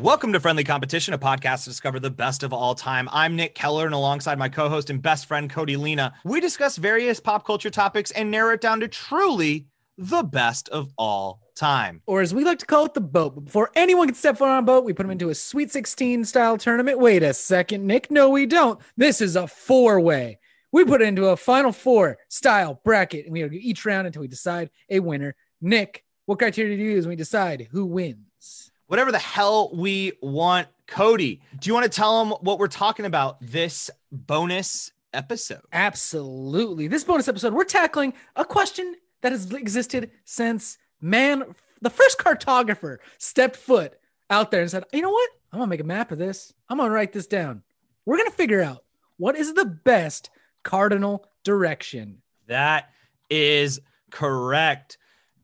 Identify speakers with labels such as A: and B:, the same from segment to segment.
A: Welcome to Friendly Competition, a podcast to discover the best of all time. I'm Nick Keller, and alongside my co host and best friend, Cody Lena, we discuss various pop culture topics and narrow it down to truly the best of all time.
B: or as we like to call it, the boat. But before anyone can step foot on a boat, we put them into a Sweet 16 style tournament. Wait a second, Nick. No, we don't. This is a four way. We put it into a Final Four style bracket, and we go each round until we decide a winner. Nick, what criteria do you use when we decide who wins?
A: Whatever the hell we want, Cody, do you want to tell them what we're talking about this bonus episode?
B: Absolutely. This bonus episode, we're tackling a question that has existed since man, the first cartographer stepped foot out there and said, you know what? I'm gonna make a map of this. I'm gonna write this down. We're gonna figure out what is the best cardinal direction.
A: That is correct.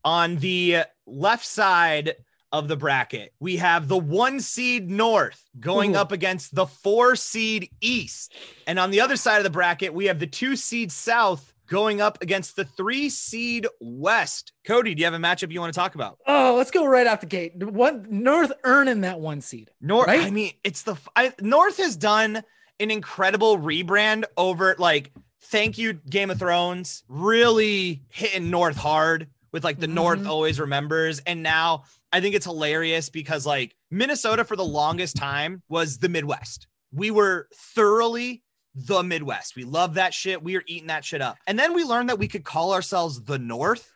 A: On the left side of the bracket, we have the one seed North going
B: Ooh.
A: up against the four seed East. And on the other side of the bracket, we have the two seed South going up against the three seed West. Cody, do you have a matchup you want to talk about?
B: Oh, let's go right off the gate. What North earning that one seed?
A: North,
B: Right?
A: I mean, it's the I, North has done an incredible rebrand over like thank you Game of Thrones, really hitting North hard with like the North
B: Mhm.
A: always remembers, and now I think it's hilarious because like Minnesota for the longest time was the Midwest. We were thoroughly the Midwest. We love that shit. We are eating that shit up, and then we learned that we could call ourselves the North.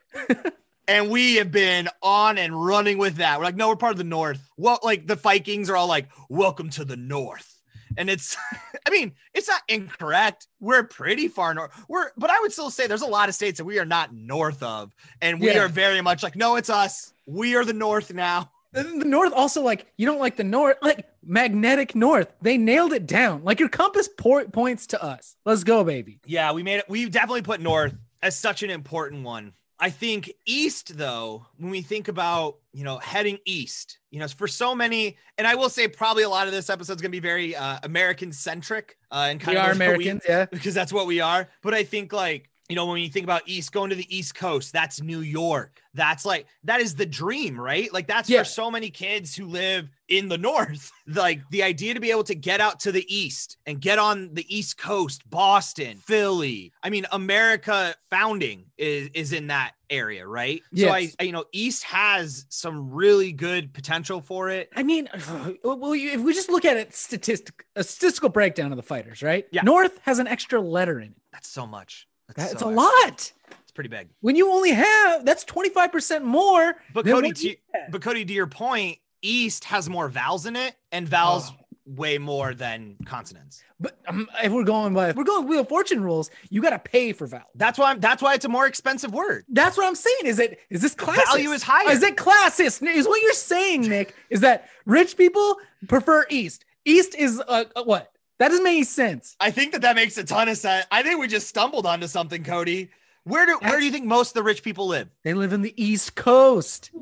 A: And we have been on and running with that. We're like, no, we're part of the North. Well, like the Vikings are all like, welcome to the North. And it's, I mean, it's not incorrect. We're pretty far north. We're, but I would still say there's a lot of states that we are not north of. And we
B: Yeah.
A: are very much like, no, it's us. We are the North now.
B: The the North also like you don't like the North, like magnetic North. They nailed it down. Like your compass po- points to us. Let's go, baby.
A: Yeah, we made it. We definitely put North as such an important one. I think East, though, when we think about, you know, heading East, you know, for so many, and I will say probably a lot of this episode is going to be very uh, American centric uh, and kind
B: we
A: of
B: are
A: what we-
B: Americans, yeah.
A: because that's what we are. But I think like, you know, when you think about East, going to the East Coast, that's New York. That's like, that is the dream, right? Like, that's
B: Yeah.
A: for so many kids who live in the North. like, the idea to be able to get out to the East and get on the East Coast, Boston, Philly. I mean, America founding is, is in that area, right? So I,
B: Yes.
A: I, you know, East has some really good potential for it.
B: I mean, well, you, if we just look at it statistic, a statistical breakdown of the fighters, right?
A: Yeah.
B: North has an extra letter in it.
A: That's so much.
B: That's
A: so
B: a
A: much.
B: lot.
A: It's pretty big.
B: When you only have that's twenty five percent more.
A: But
B: than
A: Cody,
B: what
A: to,
B: you had.
A: but Cody, to your point, East has more vowels in it, and vowels
B: Oh.
A: way more than consonants.
B: But um, if we're going by, if we're going Wheel of Fortune rules, you got to pay for vowel.
A: That's why. I'm, that's why it's a more expensive word.
B: That's what I'm saying. Is it is this classist?
A: Value is higher.
B: Is it classist? Is what you're saying, Nick? Is that rich people prefer East? East is uh, uh, what? That doesn't make any sense.
A: I think that that makes a ton of sense. I think we just stumbled onto something, Cody. Where do where do you think most of the rich people live?
B: They live in the East Coast.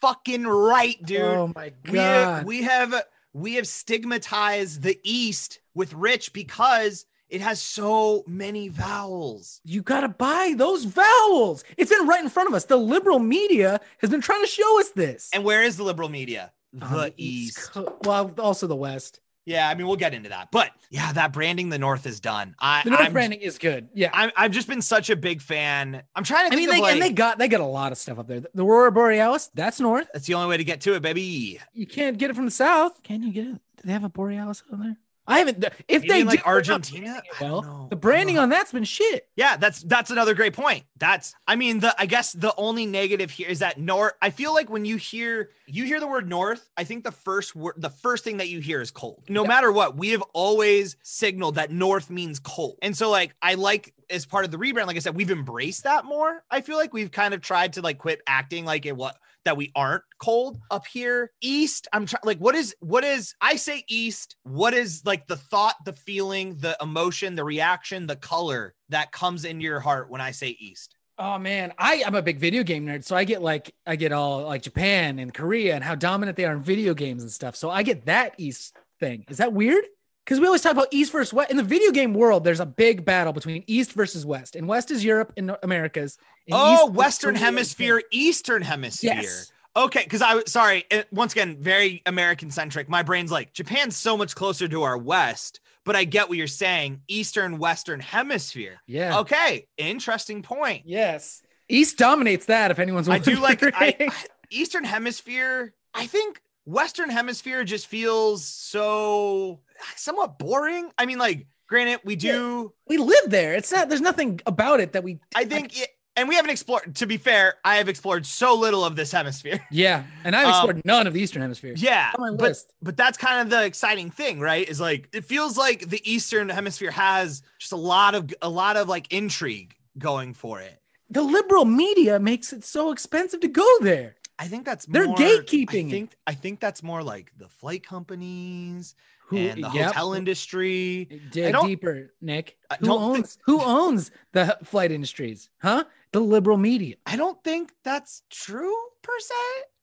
A: Fucking right, dude.
B: oh my
A: we, uh,
B: god.
A: we have we have stigmatized the East with rich because it has so many vowels.
B: You gotta buy those vowels. It's been right in front of us. The liberal media has been trying to show us this.
A: And where is the liberal media? The,
B: On
A: East.
B: Co- well, also the West.
A: Yeah, I mean, we'll get into that. But yeah, that branding the North is done. I,
B: The North
A: I'm,
B: branding is good. Yeah. I,
A: I'm, I've just been such a big fan. I'm trying to think
B: mean, they,
A: of like,
B: and they got they got a lot of stuff up there. The Aurora Borealis, that's North.
A: that's the only way to get to it, baby.
B: You can't get it from the South. Can you get it? Do they have a Borealis on there? I haven't. If
A: Maybe
B: they
A: in, like
B: do, they're not
A: Argentina.
B: branding it
A: I don't
B: well,
A: know.
B: the branding
A: I don't know.
B: on that's been shit.
A: yeah, that's that's another great point. That's I mean, the I guess the only negative here is that North. I feel like when you hear you hear the word North, I think the first word, the first thing that you hear is cold. No
B: Yeah.
A: matter what, we have always signaled that North means cold, and so like I like as part of the rebrand, like I said, we've embraced that more. I feel like we've kind of tried to like quit acting like it what that we aren't cold up here east i'm trying like what is what is i say east what is like the thought the feeling the emotion the reaction the color that comes into your heart when i say east
B: Oh man, I am a big video game nerd, so I get like I get all like Japan and Korea and how dominant they are in video games and stuff. So I get that East thing. Is that weird? Because we always talk about East versus West in the video game world. There's a big battle between East versus West, and West is Europe and Nor- Americas. and
A: oh
B: East is
A: western
B: Korea and
A: hemisphere eastern hemisphere
B: Yes.
A: Okay, because I was sorry. It, once again, very American centric. My brain's like Japan's so much closer to our West, but I get what you're saying. Eastern Western Hemisphere.
B: Yeah.
A: Okay, interesting point.
B: Yes. East dominates that. If anyone's
A: I do like I,
B: wondering.
A: I- Eastern Hemisphere. I think Western Hemisphere just feels so somewhat boring. I mean, like, granted, we do.
B: we live there. It's not. There's nothing about it that we.
A: I think, it, and we haven't explored. To be fair, I have explored so little of this hemisphere.
B: Yeah, and I've
A: Um,
B: explored none of the Eastern Hemisphere.
A: Yeah,
B: On my
A: but
B: list.
A: but that's kind of the exciting thing, right? Is like it feels like the Eastern Hemisphere has just a lot of a lot of like intrigue going for it.
B: The liberal media makes it so expensive to go there.
A: I think that's
B: They're
A: more,
B: gatekeeping
A: I
B: it.
A: think I think that's more like the flight companies
B: Who?
A: and the
B: yep.
A: hotel industry. I
B: Dig
A: don't-
B: deeper, Nick.
A: I
B: Who
A: don't thi-
B: owns who owns the h- flight industries? Huh? The liberal media.
A: I don't think that's true per se.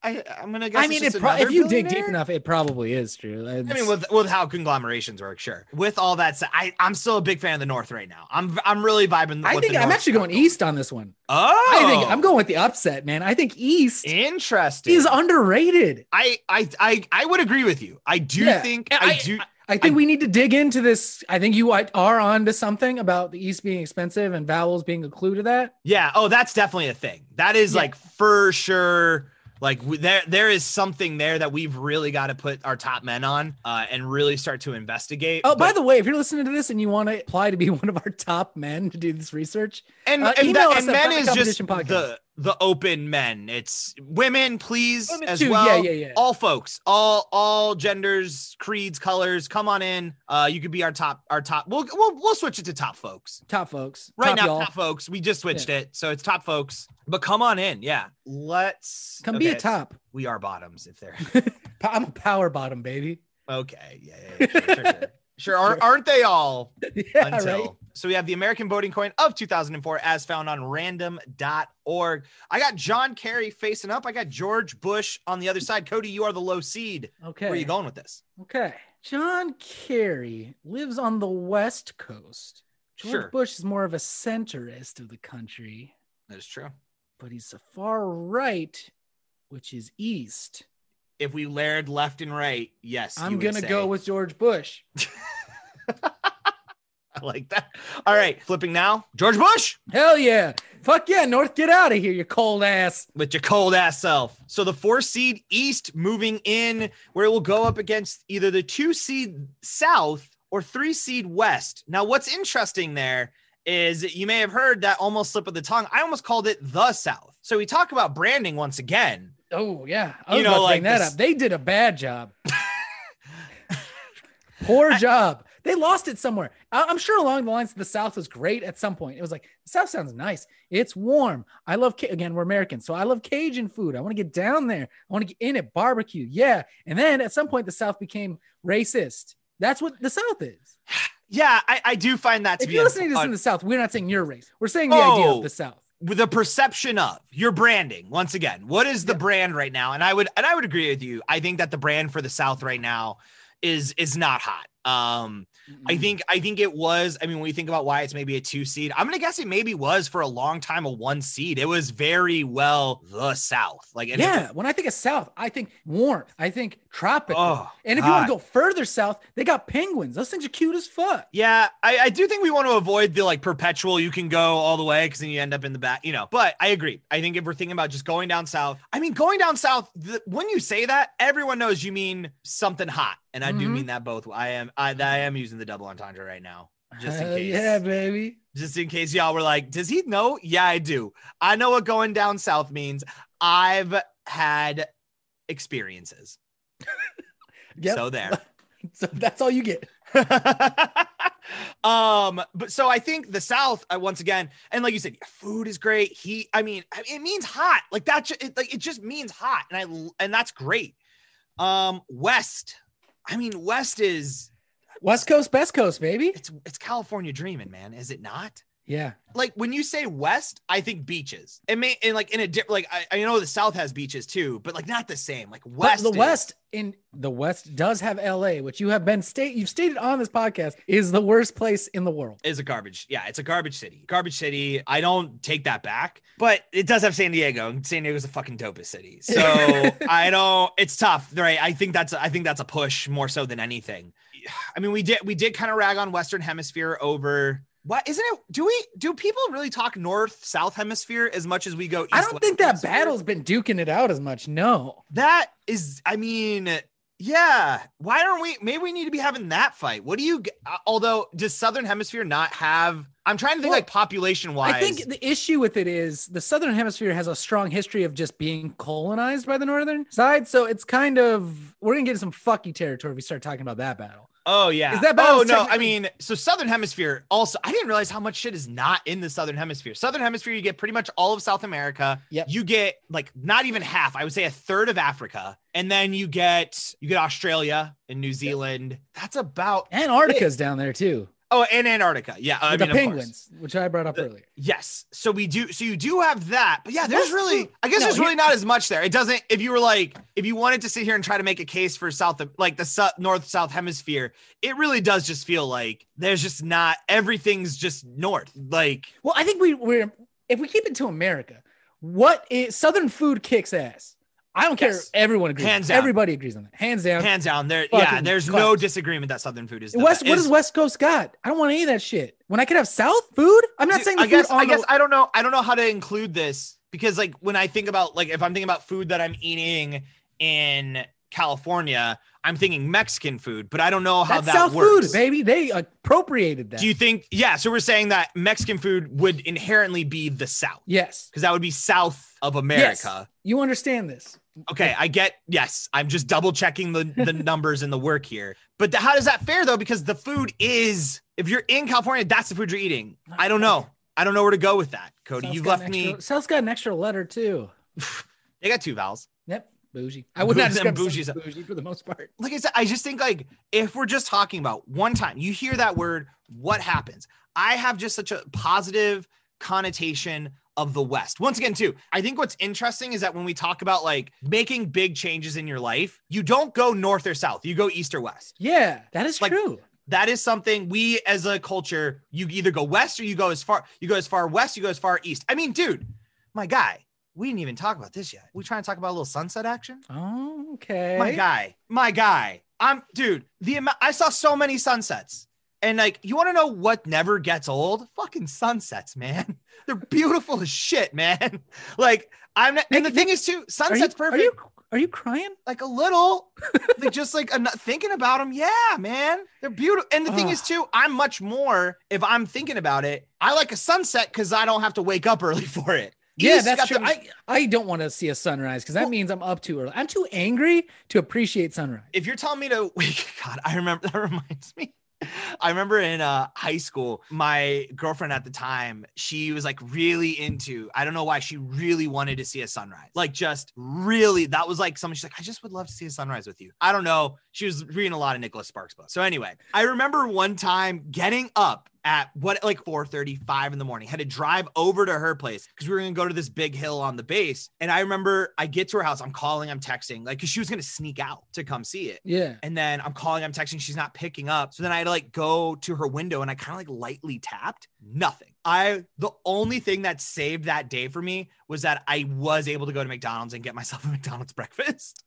A: I I'm gonna guess.
B: I
A: it's
B: mean,
A: just
B: it pro-
A: another
B: if you dig deep
A: billionaire.
B: enough, it probably is true.
A: I mean, with with how conglomerations work, sure. With all that said, I I'm still a big fan of the North right now. I'm I'm really vibing.
B: I
A: with
B: think
A: the
B: I'm
A: North.
B: actually going east on this one.
A: Oh,
B: I think I'm going with the upset, man. I think east
A: Interesting.
B: is underrated.
A: I I I I would agree with you. I do
B: Yeah.
A: think
B: I-
A: I,
B: I-
A: do.
B: I think
A: I-
B: we need to dig into this. I think you are on to something about the east being expensive and vowels being a clue to that.
A: yeah. Oh, that's definitely a thing. That is
B: Yeah.
A: like for sure. Like w- there there is something there that we've really got to put our top men on uh, and really start to investigate.
B: Oh, by the way, if you're listening to this and you want to apply to be one of our top men to do this research,
A: and
B: uh,
A: and,
B: email
A: that-
B: us
A: and
B: at
A: men
B: Friendly
A: is just
B: Competition Podcast.
A: the the open men. It's women, please
B: Women
A: as
B: too.
A: well.
B: yeah, yeah, yeah.
A: all folks all all genders creeds colors come on in uh you could be our top our top we'll we'll, we'll switch it to top folks
B: top folks,
A: right
B: top
A: now
B: y'all.
A: top folks we just switched it so it's top folks but come on in yeah let's
B: come be a
A: okay,
B: top.
A: we are bottoms if they're
B: Pa- I'm a power bottom, baby.
A: okay yeah, yeah, yeah, sure, sure, sure. Sure, aren't, aren't they all
B: yeah,
A: until
B: right.
A: so we have the american voting coin of 2004 as found on random.org i got john kerry facing up i got george bush on the other side cody you are the low seed
B: Okay.
A: where are you going with this
B: Okay. John Kerry lives on the West Coast. George
A: Sure.
B: Bush is more of a centrist of the country,
A: that is true
B: but he's a far right, which is East.
A: if we layered left and right, yes, you
B: I'm
A: would
B: going to
A: say.
B: go with George Bush.
A: I like that. All right, flipping now. George Bush
B: Hell yeah. Fuck yeah, North, get out of here, you cold ass.
A: with your cold ass self. So the four seed East moving in, where it will go up against either the two seed South or three seed West. Now, what's interesting there is that you may have heard that almost slip of the tongue. I almost called it the South. So we talk about branding once again.
B: Oh yeah, I was
A: You know,
B: about to
A: like
B: bring that
A: this-
B: up. They did a bad job. Poor job. They lost it somewhere. I- I'm sure along the lines the South was great at some point. It was like the South sounds nice. It's warm. I love Ca- again. We're Americans, so I love Cajun food. I want to get down there. I want to get in it. Barbecue, yeah. And then at some point the South became racist. That's what the South is.
A: Yeah, I, I do find that to
B: If
A: be
B: you're
A: un-
B: listening to this
A: un-
B: in the South, we're not saying you're racist. We're saying the idea
A: Oh.
B: of the South.
A: with the perception of your branding once again what is the
B: Yeah.
A: brand right now and i would and i would agree with you i think that the brand for the south right now is is not hot um i
B: Mm-hmm.
A: think i think it was i mean when we think about why it's maybe a two seed i'm gonna guess it maybe was for a long time a one seed it was very well the south like and-
B: yeah, when I think of South, I think warmth. I think tropical.
A: oh
B: And if you want
A: God.
B: to go further south, they got penguins. Those things are cute as fuck.
A: Yeah, I, I do think we want to avoid the like perpetual you can go all the way because then you end up in the back, you know. But I agree. I think if we're thinking about just going down south, I mean, going down south, th- when you say that, everyone knows you mean something hot. And I do
B: Mhm.
A: mean that both. I am I, I am using the double entendre right now. Just in
B: Hell
A: case.
B: Yeah, baby.
A: Just in case y'all were like, does he know? Yeah, I do. I know what going down south means. I've had experiences.
B: Yep.
A: So there.
B: So that's all you get.
A: um but so i think the south I, once again and like you said food is great he i mean I- it means hot like that ju- it, like it just means hot and i l- and that's great um west i mean west is
B: West Coast, best coast, baby.
A: it's it's california dreaming man is it not
B: Yeah.
A: like when you say west i think beaches and may and like in a different like I, I know the south has beaches too but like not the same like
B: But
A: west
B: the
A: is-
B: West in the West does have LA, which you have been state you've stated on this podcast is the worst place in the world.
A: is a garbage yeah it's a garbage city garbage city i don't take that back but it does have san diego and san diego's the fucking dopest city so i don't it's tough right i think that's i think that's a push more so than anything i mean we did we did kind of rag on western hemisphere over what isn't it do we do people really talk north south hemisphere as much as we go east
B: I don't
A: west
B: think that
A: hemisphere?
B: battle's been duking it out as much. No.
A: That is, I mean, yeah. Why don't we? Maybe we need to be having that fight. What do you? g- uh, Although, does Southern Hemisphere not have? I'm trying to think
B: Well,
A: like population wise.
B: I think the issue with it is the southern hemisphere has a strong history of just being colonized by the northern side, so it's kind of we're gonna get into some fucky territory if we start talking about that battle.
A: Oh yeah.
B: Is that
A: Oh
B: battle's
A: no. I
B: technically-
A: mean, so Southern Hemisphere. Also, I didn't realize how much shit is not in the Southern Hemisphere. Southern Hemisphere, you get pretty much all of South America.
B: Yep.
A: You get like not even half. I would say a third of Africa, and then you get you get Australia and New Zealand. That's about.
B: Antarctica's down there too.
A: Oh, and Antarctica. Yeah. I
B: With
A: mean, of
B: the
A: course.
B: penguins, which I brought up
A: The-
B: earlier.
A: Yes. So we do. So you do have that. But yeah, there's
B: Let's
A: really,
B: do-
A: I guess
B: no,
A: there's
B: here-
A: really not as much there. It doesn't, if you were like, if you wanted to sit here and try to make a case for South, like the su- North South hemisphere, it really does just feel like there's just not, everything's just North. Like,
B: Well, I think we we're if we keep it to America, what is Southern food kicks ass. I don't care.
A: Yes.
B: if Everyone agrees.
A: Hands
B: Hands
A: down.
B: Everybody agrees on that. Hands down.
A: hands down, there,
B: Fucking
A: yeah, there's no
B: classic.
A: disagreement that Southern food is the
B: West.
A: best.
B: what
A: Is-
B: does West Coast got? I don't want any of that shit. When I could have South food, I'm not
A: Dude,
B: saying the
A: I guess
B: food on
A: I guess
B: the,
A: I don't know I don't know how to include this because like when I think about like if I'm thinking about food that I'm eating in California, I'm thinking Mexican food, but I don't know how
B: that's
A: that
B: South
A: works.
B: food, baby. They appropriated that.
A: Do you think yeah, so we're saying that Mexican food would inherently be the South
B: yes,
A: because that would be south of America.
B: you understand this.
A: Okay, I get yes. I'm just double checking the the numbers and the work here. But the, how does that fare though because the food is if you're in California, that's the food you're eating. I don't know. I don't know where to go with that, Cody.
B: South's
A: You've
B: got an
A: left
B: extra-
A: me
B: South's got an extra letter too.
A: They got two vowels.
B: Yep, bougie. I would not
A: Bougie-
B: describe
A: bougie's-
B: bougie, bougie for the most part.
A: Like I said, I just think like if we're just talking about one time, you hear that word, what happens? I have just such a positive connotation of the West. Once again, too, I think what's interesting is that when we talk about like making big changes in your life, you don't go north or south, you go east or west.
B: Yeah, that is
A: Like,
B: true.
A: That is something we as a culture, you either go west or you go as far, you go as far west, you go as far east. I mean, dude, my guy, we didn't even talk about this yet. We trying to talk about a little sunset action?
B: Oh, okay.
A: my guy, my guy. I'm dude. The amount I saw so many sunsets, and like you want to know what never gets old? Fucking sunsets, man. They're beautiful as shit, man. Like I'm not. And the
B: Nick,
A: thing is too,
B: Are
A: sunsets
B: you,
A: perfect.
B: Are you are you crying?
A: like a little, like just like an, thinking about them. Yeah, man. They're beautiful. And the thing is
B: Ugh.
A: too, I'm much more if I'm thinking about it. I like a sunset because I don't have to wake up early for it.
B: Yeah,
A: East got
B: that's
A: the-
B: true. I, I don't want to see a sunrise because that
A: Well-
B: means I'm up too early. I'm too angry to appreciate sunrise.
A: if you're telling me to wake god i remember that reminds me i remember in uh high school my girlfriend at the time she was like really into i don't know why she really wanted to see a sunrise like just really that was like something she's like i just would love to see a sunrise with you i don't know she was reading a lot of nicholas sparks books so anyway i remember one time getting up at what like 4:35 in the morning. Had to drive over to her place because we were gonna go to this big hill on the base. And I remember I get to her house. I'm calling. I'm texting like because she was gonna sneak out to come see it.
B: Yeah.
A: And then I'm calling. I'm texting. She's not picking up. So then I had to like go to her window and I kind of like lightly tapped. Nothing. I the only thing that saved that day for me was that I was able to go to McDonald's and get myself a McDonald's breakfast.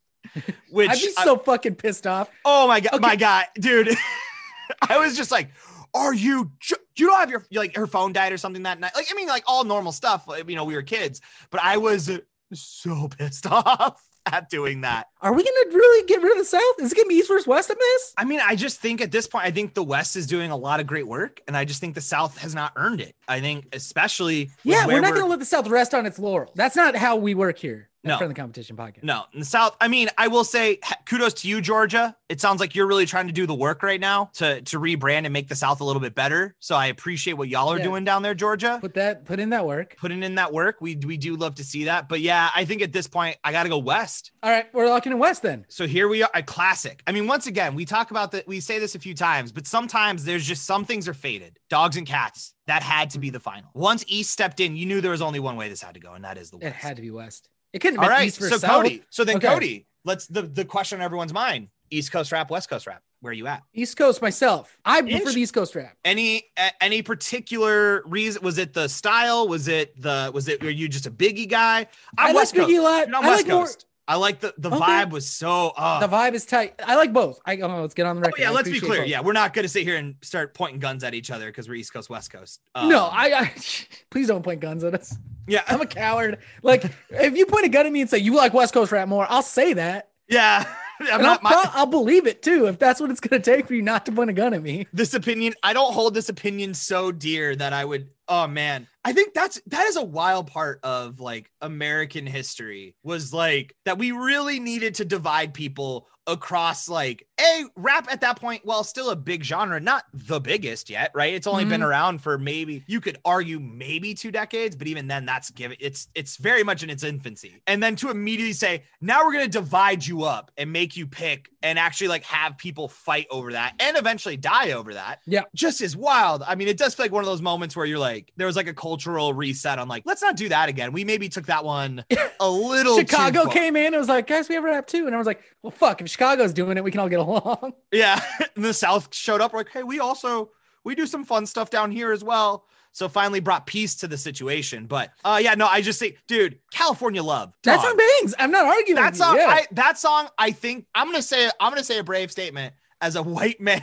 A: Which
B: I'd be
A: I-
B: so fucking pissed off.
A: Oh my god,
B: Okay.
A: my god, dude. I was just like, are you jo- you don't have your like her phone died or something that night? Like, I mean, like all normal stuff. Like, you know, we were kids, but I was so pissed off at doing that.
B: Are we gonna really get rid of the South? Is it gonna be East versus West on this?
A: I mean, I just think at this point, I think the West is doing a lot of great work, and I just think the South has not earned it. I think, especially with
B: Yeah,
A: where
B: we're not
A: we're-
B: gonna let the South rest on its laurel. That's not how we work here.
A: No.
B: from the competition podcast.
A: No, in the South. I mean, I will say h- kudos to you, Georgia. It sounds like you're really trying to do the work right now to to rebrand and make the South a little bit better. So I appreciate what y'all are
B: Yeah.
A: doing down there, Georgia.
B: Put that put in that work.
A: Putting in that work, we we do love to see that. But yeah, I think at this point I got to go west.
B: All right, we're locking in West then.
A: So here we are, a classic. I mean, once again, we talk about that. We say this a few times, but sometimes there's just some things are faded. Dogs and cats. That had to be the final. Once East stepped in, you knew there was only one way this had to go, and that is the West.
B: It had to be West. It couldn't
A: All
B: have been
A: right.
B: East versus
A: So
B: South.
A: Cody. So then
B: Okay.
A: Cody, let's the, the question on everyone's mind. East Coast rap, West Coast rap. Where you at?
B: East Coast myself. I prefer
A: Inch-
B: the East Coast rap.
A: Any a- any particular reason? Was it the style? Was it the was it were you just a biggie guy?
B: i
A: I'm
B: like
A: West Coast.
B: Biggie a lot.
A: You're on
B: I
A: West
B: like more-
A: Coast. I like the the
B: Okay.
A: vibe was so uh
B: the vibe is tight. I like both. I oh, let's get on the
A: Oh,
B: record.
A: yeah,
B: I
A: let's be
B: appreciate
A: clear.
B: both.
A: Yeah, we're not gonna sit here and start pointing guns at each other because we're East Coast, West Coast. Um,
B: no, I, I please don't point guns at us.
A: yeah,
B: I'm a coward. Like if you point a gun at me and say you like West Coast rap more, I'll say that.
A: yeah. I'm
B: and I'll,
A: not my,
B: pro- I'll believe it too if that's what it's going to take for you not to point a gun at me.
A: this opinion i don't hold this opinion so dear that i would oh man i think that's that is a wild part of like american history was like that we really needed to divide people across like a rap at that point while still a big genre not the biggest yet right it's only been
B: Mhm.
A: around for maybe you could argue maybe two decades but even then that's given it's it's very much in its infancy and then to immediately say now we're going to divide you up and make you pick and actually like have people fight over that and eventually die over that just as wild. I mean, it does feel like one of those moments where you're like, there was like a cultural reset on like, let's not do that again. We maybe took that one a little. too
B: Chicago
A: far.
B: came in and was like, guys, we have rap too. And I was like, well, fuck, if Chicago's doing it, we can all get along.
A: Yeah. And the South showed up like, hey, we also we do some fun stuff down here as well. So finally brought peace to the situation. But uh yeah, no, I just think, dude, California love.
B: That's
A: dog.
B: on bangs. I'm not arguing.
A: that
B: with
A: song.
B: you. Yeah.
A: I, that song. I think I'm gonna say. I'm gonna say a brave statement as a white man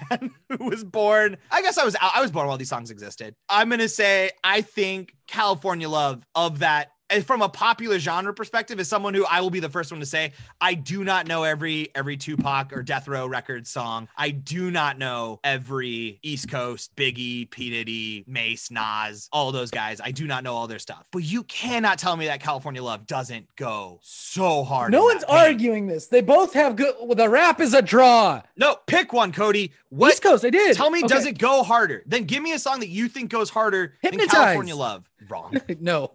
A: who was born. I guess I was. out I was born while these songs existed. I'm gonna say. I think California Love of that. And from a popular genre perspective, is someone who I will be the first one to say I do not know every every Tupac or Death Row record song. I do not know every East Coast Biggie, P Diddy, Mace, Nas, all those guys. I do not know all their stuff. But you cannot tell me that California Love doesn't go so hard.
B: no
A: in
B: one's
A: that band.
B: arguing this. They both have good. Well, the rap is a draw.
A: No, pick one, Cody. What?
B: East Coast, I did.
A: Tell me,
B: Okay.
A: does it go harder? Then give me a song that you think goes harder
B: Hypnotize.
A: than California Love. Wrong.
B: No,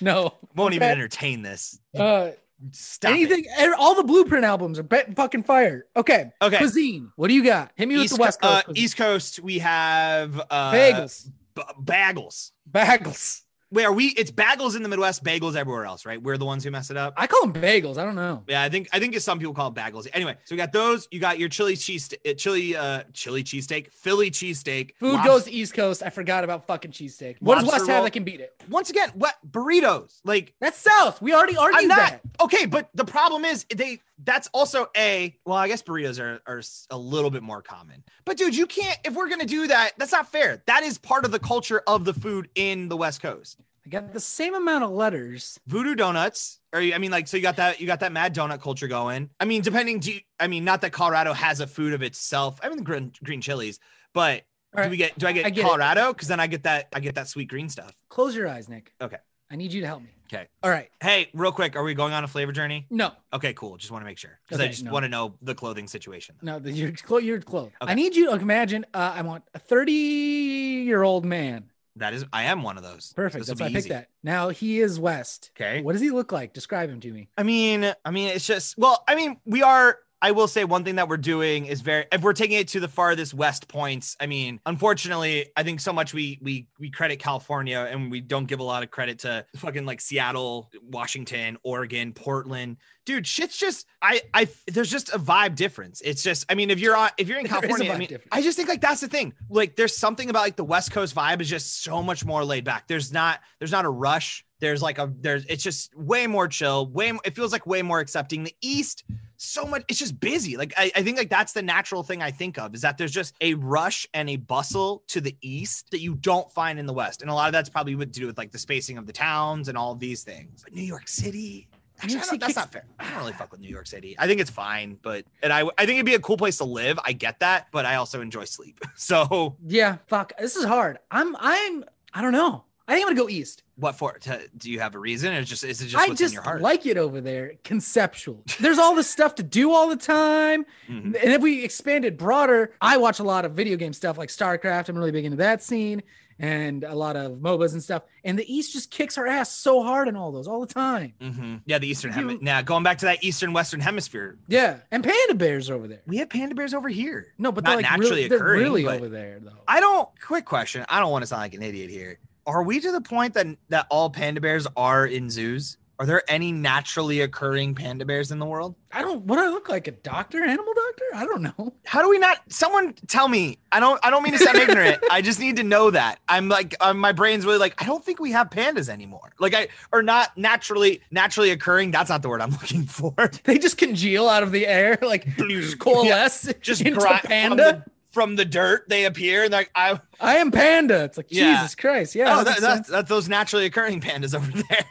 B: no.
A: Won't even
B: Okay.
A: entertain this.
B: Uh,
A: Stop it.
B: anything. All the Blueprint albums are bet fucking fire. Okay.
A: Okay.
B: Cuisine. What do you got? Hit me
A: East,
B: with the West Coast.
A: uh, East Coast, we have uh,
B: bagels.
A: B- bagels.
B: bagels.
A: Wait, are we? It's bagels in the Midwest, bagels everywhere else, right? We're the ones who mess it up.
B: I call them bagels. I don't know.
A: Yeah, I think I think it's some people call it bagels. Anyway, so we got those. You got your chili cheese, uh, chili, uh, chili cheesesteak, Philly cheesesteak.
B: Food
A: lobster-
B: goes to East Coast. I forgot about fucking cheesesteak. What does
A: Lobster
B: West have
A: roll.
B: that can beat it?
A: once again. What burritos? Like
B: That's South. We already argued
A: I'm not
B: that.
A: okay, but the problem is they that's also a well, I guess burritos are, are s- a little bit more common, but dude, you can't if we're gonna do that, that's not fair. That is part of the culture of the food in the West Coast.
B: I got the same amount of letters.
A: Voodoo donuts, or you- I mean, like, so you got that you got that mad donut culture going. I mean, depending, do you, I mean, not that Colorado has a food of itself, I mean, the green, green chilies, but.
B: All
A: Do
B: right.
A: we get? Do I get,
B: I get it.
A: Colorado? Because then I get that. I get that sweet green stuff.
B: Close your eyes, Nick.
A: Okay.
B: I need you to help me.
A: Okay.
B: All right.
A: Hey, real quick, are we going on a flavor journey?
B: No,
A: Okay, cool. Just want to make sure because I
B: Okay,
A: just
B: no.
A: want to know the clothing situation.
B: no, the- you're close. You're close. I
A: Okay.
B: need you to imagine. Uh, I want a 30 year old man.
A: That is, I am one of those.
B: Perfect.
A: This'll
B: That's why I
A: be
B: picked
A: easy.
B: that. Now he is West.
A: Okay.
B: What does he look like? Describe him to me.
A: I mean, I mean, it's just, well, I mean, we are, I will say one thing that we're doing is very, if we're taking it to the farthest West points, I mean, unfortunately, I think so much we, we, we credit California and we don't give a lot of credit to fucking like Seattle, Washington, Oregon, Portland, dude, shit's just, I, I, there's just a vibe difference. It's just, I mean, if you're on, if you're in
B: There is a
A: California, I
B: vibe
A: mean,
B: difference.
A: I just think like that's the thing. Like there's something about like the West Coast vibe is just so much more laid back. There's not there's not a rush. There's like a there's it's just way more chill. Way m- it feels like way more accepting. The East so much it's just busy. Like I, I think like that's the natural thing I think of is that there's just a rush and a bustle to the East that you don't find in the West. And a lot of that's probably what to do with like the spacing of the towns and all of these things. But New York City. Actually, I
B: York
A: don't-
B: City
A: that's
B: kicks-
A: not fair. I don't really fuck with New York City. I think it's fine, but and I I think it'd be a cool place to live. I get that, but I also enjoy sleep. So
B: Yeah. Fuck. This is hard. I'm. I'm. I don't know. I think I'm gonna go east.
A: What for? To, do you have a reason? Or just is it just
B: I
A: what's in
B: just
A: your heart?
B: like it over there. Conceptual. There's all this stuff to do all the time.
A: Mhm.
B: And if we expand it broader, I watch a lot of video game stuff like StarCraft. I'm really big into that scene and a lot of MOBAs and stuff. And the East just kicks our ass so hard in all those all the time.
A: Mhm. Yeah, the Eastern
B: You-
A: Hemisphere. Now going back to that Eastern Western Hemisphere,
B: Yeah. And panda bears over there.
A: we have panda bears over here.
B: No, but
A: Not
B: they're like
A: naturally
B: really, they're
A: occurring,
B: really
A: but-
B: over there though.
A: I don't. Quick question. I don't want to sound like an idiot here. Are we to the point that that all panda bears are in zoos? Are there any naturally occurring panda bears in the world?
B: I don't. What do I look like? A doctor? Animal doctor? I don't know.
A: How do we not? Someone tell me. I don't. I don't mean to sound ignorant. I just need to know that. I'm like, um, my brain's really like. I don't think we have pandas anymore. Like I or not naturally naturally occurring. That's not the word I'm looking for.
B: They just congeal out of the air, like just coalesce
A: Just
B: into
A: grind-
B: panda.
A: from the, from the dirt. They appear and like I.
B: I am panda. It's like
A: Yeah.
B: Jesus Christ. Yeah.
A: oh,
B: that
A: that,
B: makes
A: that's
B: sense.
A: that's those naturally occurring pandas over there.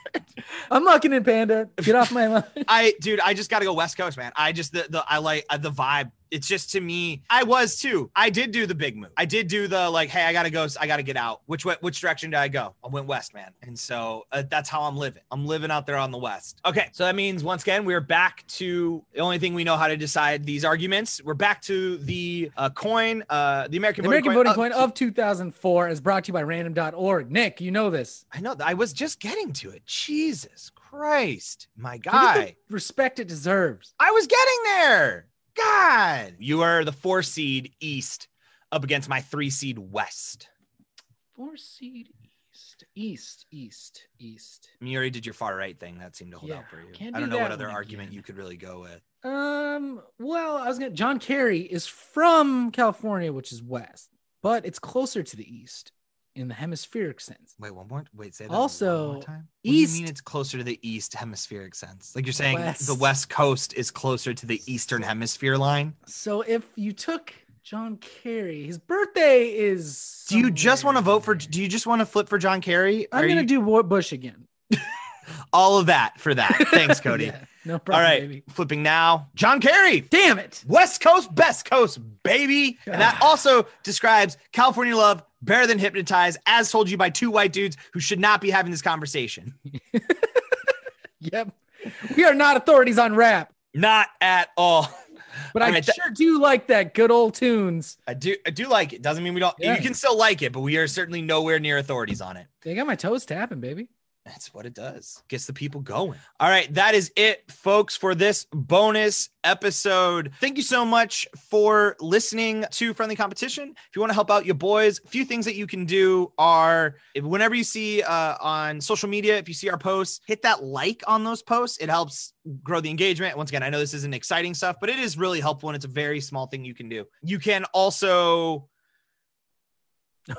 B: I'm looking at panda. Get off my line.
A: I dude, I just got to go West Coast, man. I just the, the I like uh, the vibe. It's just to me, I was too. I did do the big move. I did do the like, hey, I gotta go. I gotta get out. Which way, which direction did I go? I went west, man. And so uh, that's how I'm living. I'm living out there on the west. Okay, so that means once again we're back to the only thing we know how to decide these arguments. We're back to the uh, coin, uh, the American
B: The American
A: voting coin.
B: voting coin Oh. of 2004 is brought to you by random.org. Nick, you know this.
A: I know. I was just getting to it. Jesus Christ, my
B: Can we
A: guy.
B: get the respect it deserves.
A: I was getting there. God, you are the four seed East up against my three seed West.
B: Four seed east, east, east, east.
A: I mean, you already did your far right thing. That seemed to hold
B: Yeah,
A: out for you.
B: can't
A: I
B: do
A: don't know what
B: that
A: other
B: one
A: argument
B: again.
A: you could really go with.
B: Um, well, I was gonna John Kerry is from California, which is west, but it's closer to the east in the hemispheric sense.
A: Wait, one more. Wait, say that
B: Also,
A: one more time. What do you mean
B: East-
A: it's closer to the East Hemispheric sense? Like you're saying the
B: West.
A: West Coast is closer to the Eastern Hemisphere line.
B: So if you took John Kerry, his birthday is
A: Do you just want to vote for?
B: somewhere.
A: Do you just want to flip for John Kerry?
B: I'm
A: Are
B: gonna
A: you-
B: do Wa- Bush again.
A: all of that for that. Thanks, Cody.
B: Yeah, no
A: all
B: problem.
A: right,
B: baby.
A: flipping now. John Kerry.
B: Damn it.
A: West Coast, best coast, baby. And that
B: Ah.
A: also describes California love better than hypnotized, as told you by two white dudes who should not be having this conversation.
B: Yep. We are not authorities on rap,
A: Not at all.
B: but
A: All
B: I
A: right, that-
B: sure do like that good old tunes.
A: I do I do like it. Doesn't mean we don't
B: Yeah.
A: you can still like it, but we are certainly nowhere near authorities on it.
B: They got my toes tapping, baby.
A: That's what it does. Gets the people going. All right. That is it, folks, for this bonus episode. Thank you so much for listening to Friendly Competition. If you want to help out your boys, a few things that you can do are if, whenever you see uh, on social media, if you see our posts, hit that like on those posts. It helps grow the engagement. Once again, I know this isn't exciting stuff, but it is really helpful and it's a very small thing you can do. You can also
B: you,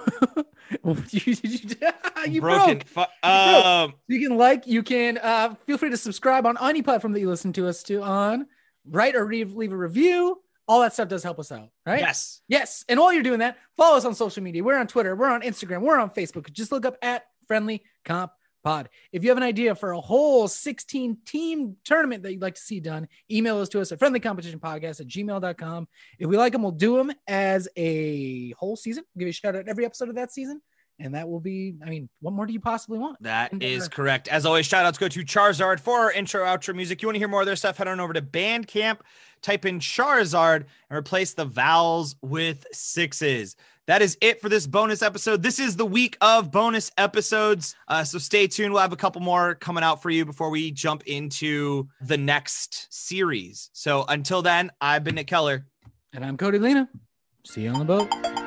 B: you, you, you broke.
A: broken. fu- um,
B: You can like, you can uh, feel free to subscribe on any platform that you listen to us to on, write or re- leave a review. All that stuff does help us out, right?
A: Yes.
B: Yes. And while you're doing that, follow us on social media. We're on Twitter, we're on Instagram, we're on Facebook. Just look up at Friendly Comp Pod. If you have an idea for a whole 16 team tournament that you'd like to see done, email us to us at friendlycompetitionpodcast at gmail.com. If we like them, we'll do them as a whole season. We'll give you a shout out every episode of that season. And that will be, I mean, what more do you possibly want?
A: That
B: And
A: is
B: better.
A: correct. As always, shout outs go to Charizard for our intro, outro music. You want to hear more of their stuff? Head on over to Bandcamp, type in Charizard, and replace the vowels with sixes. That is it for this bonus episode. This is the week of bonus episodes. Uh, so stay tuned. We'll have a couple more coming out for you before we jump into the next series. So until then, I've been Nick Keller.
B: And I'm Cody Lena. See you on the boat.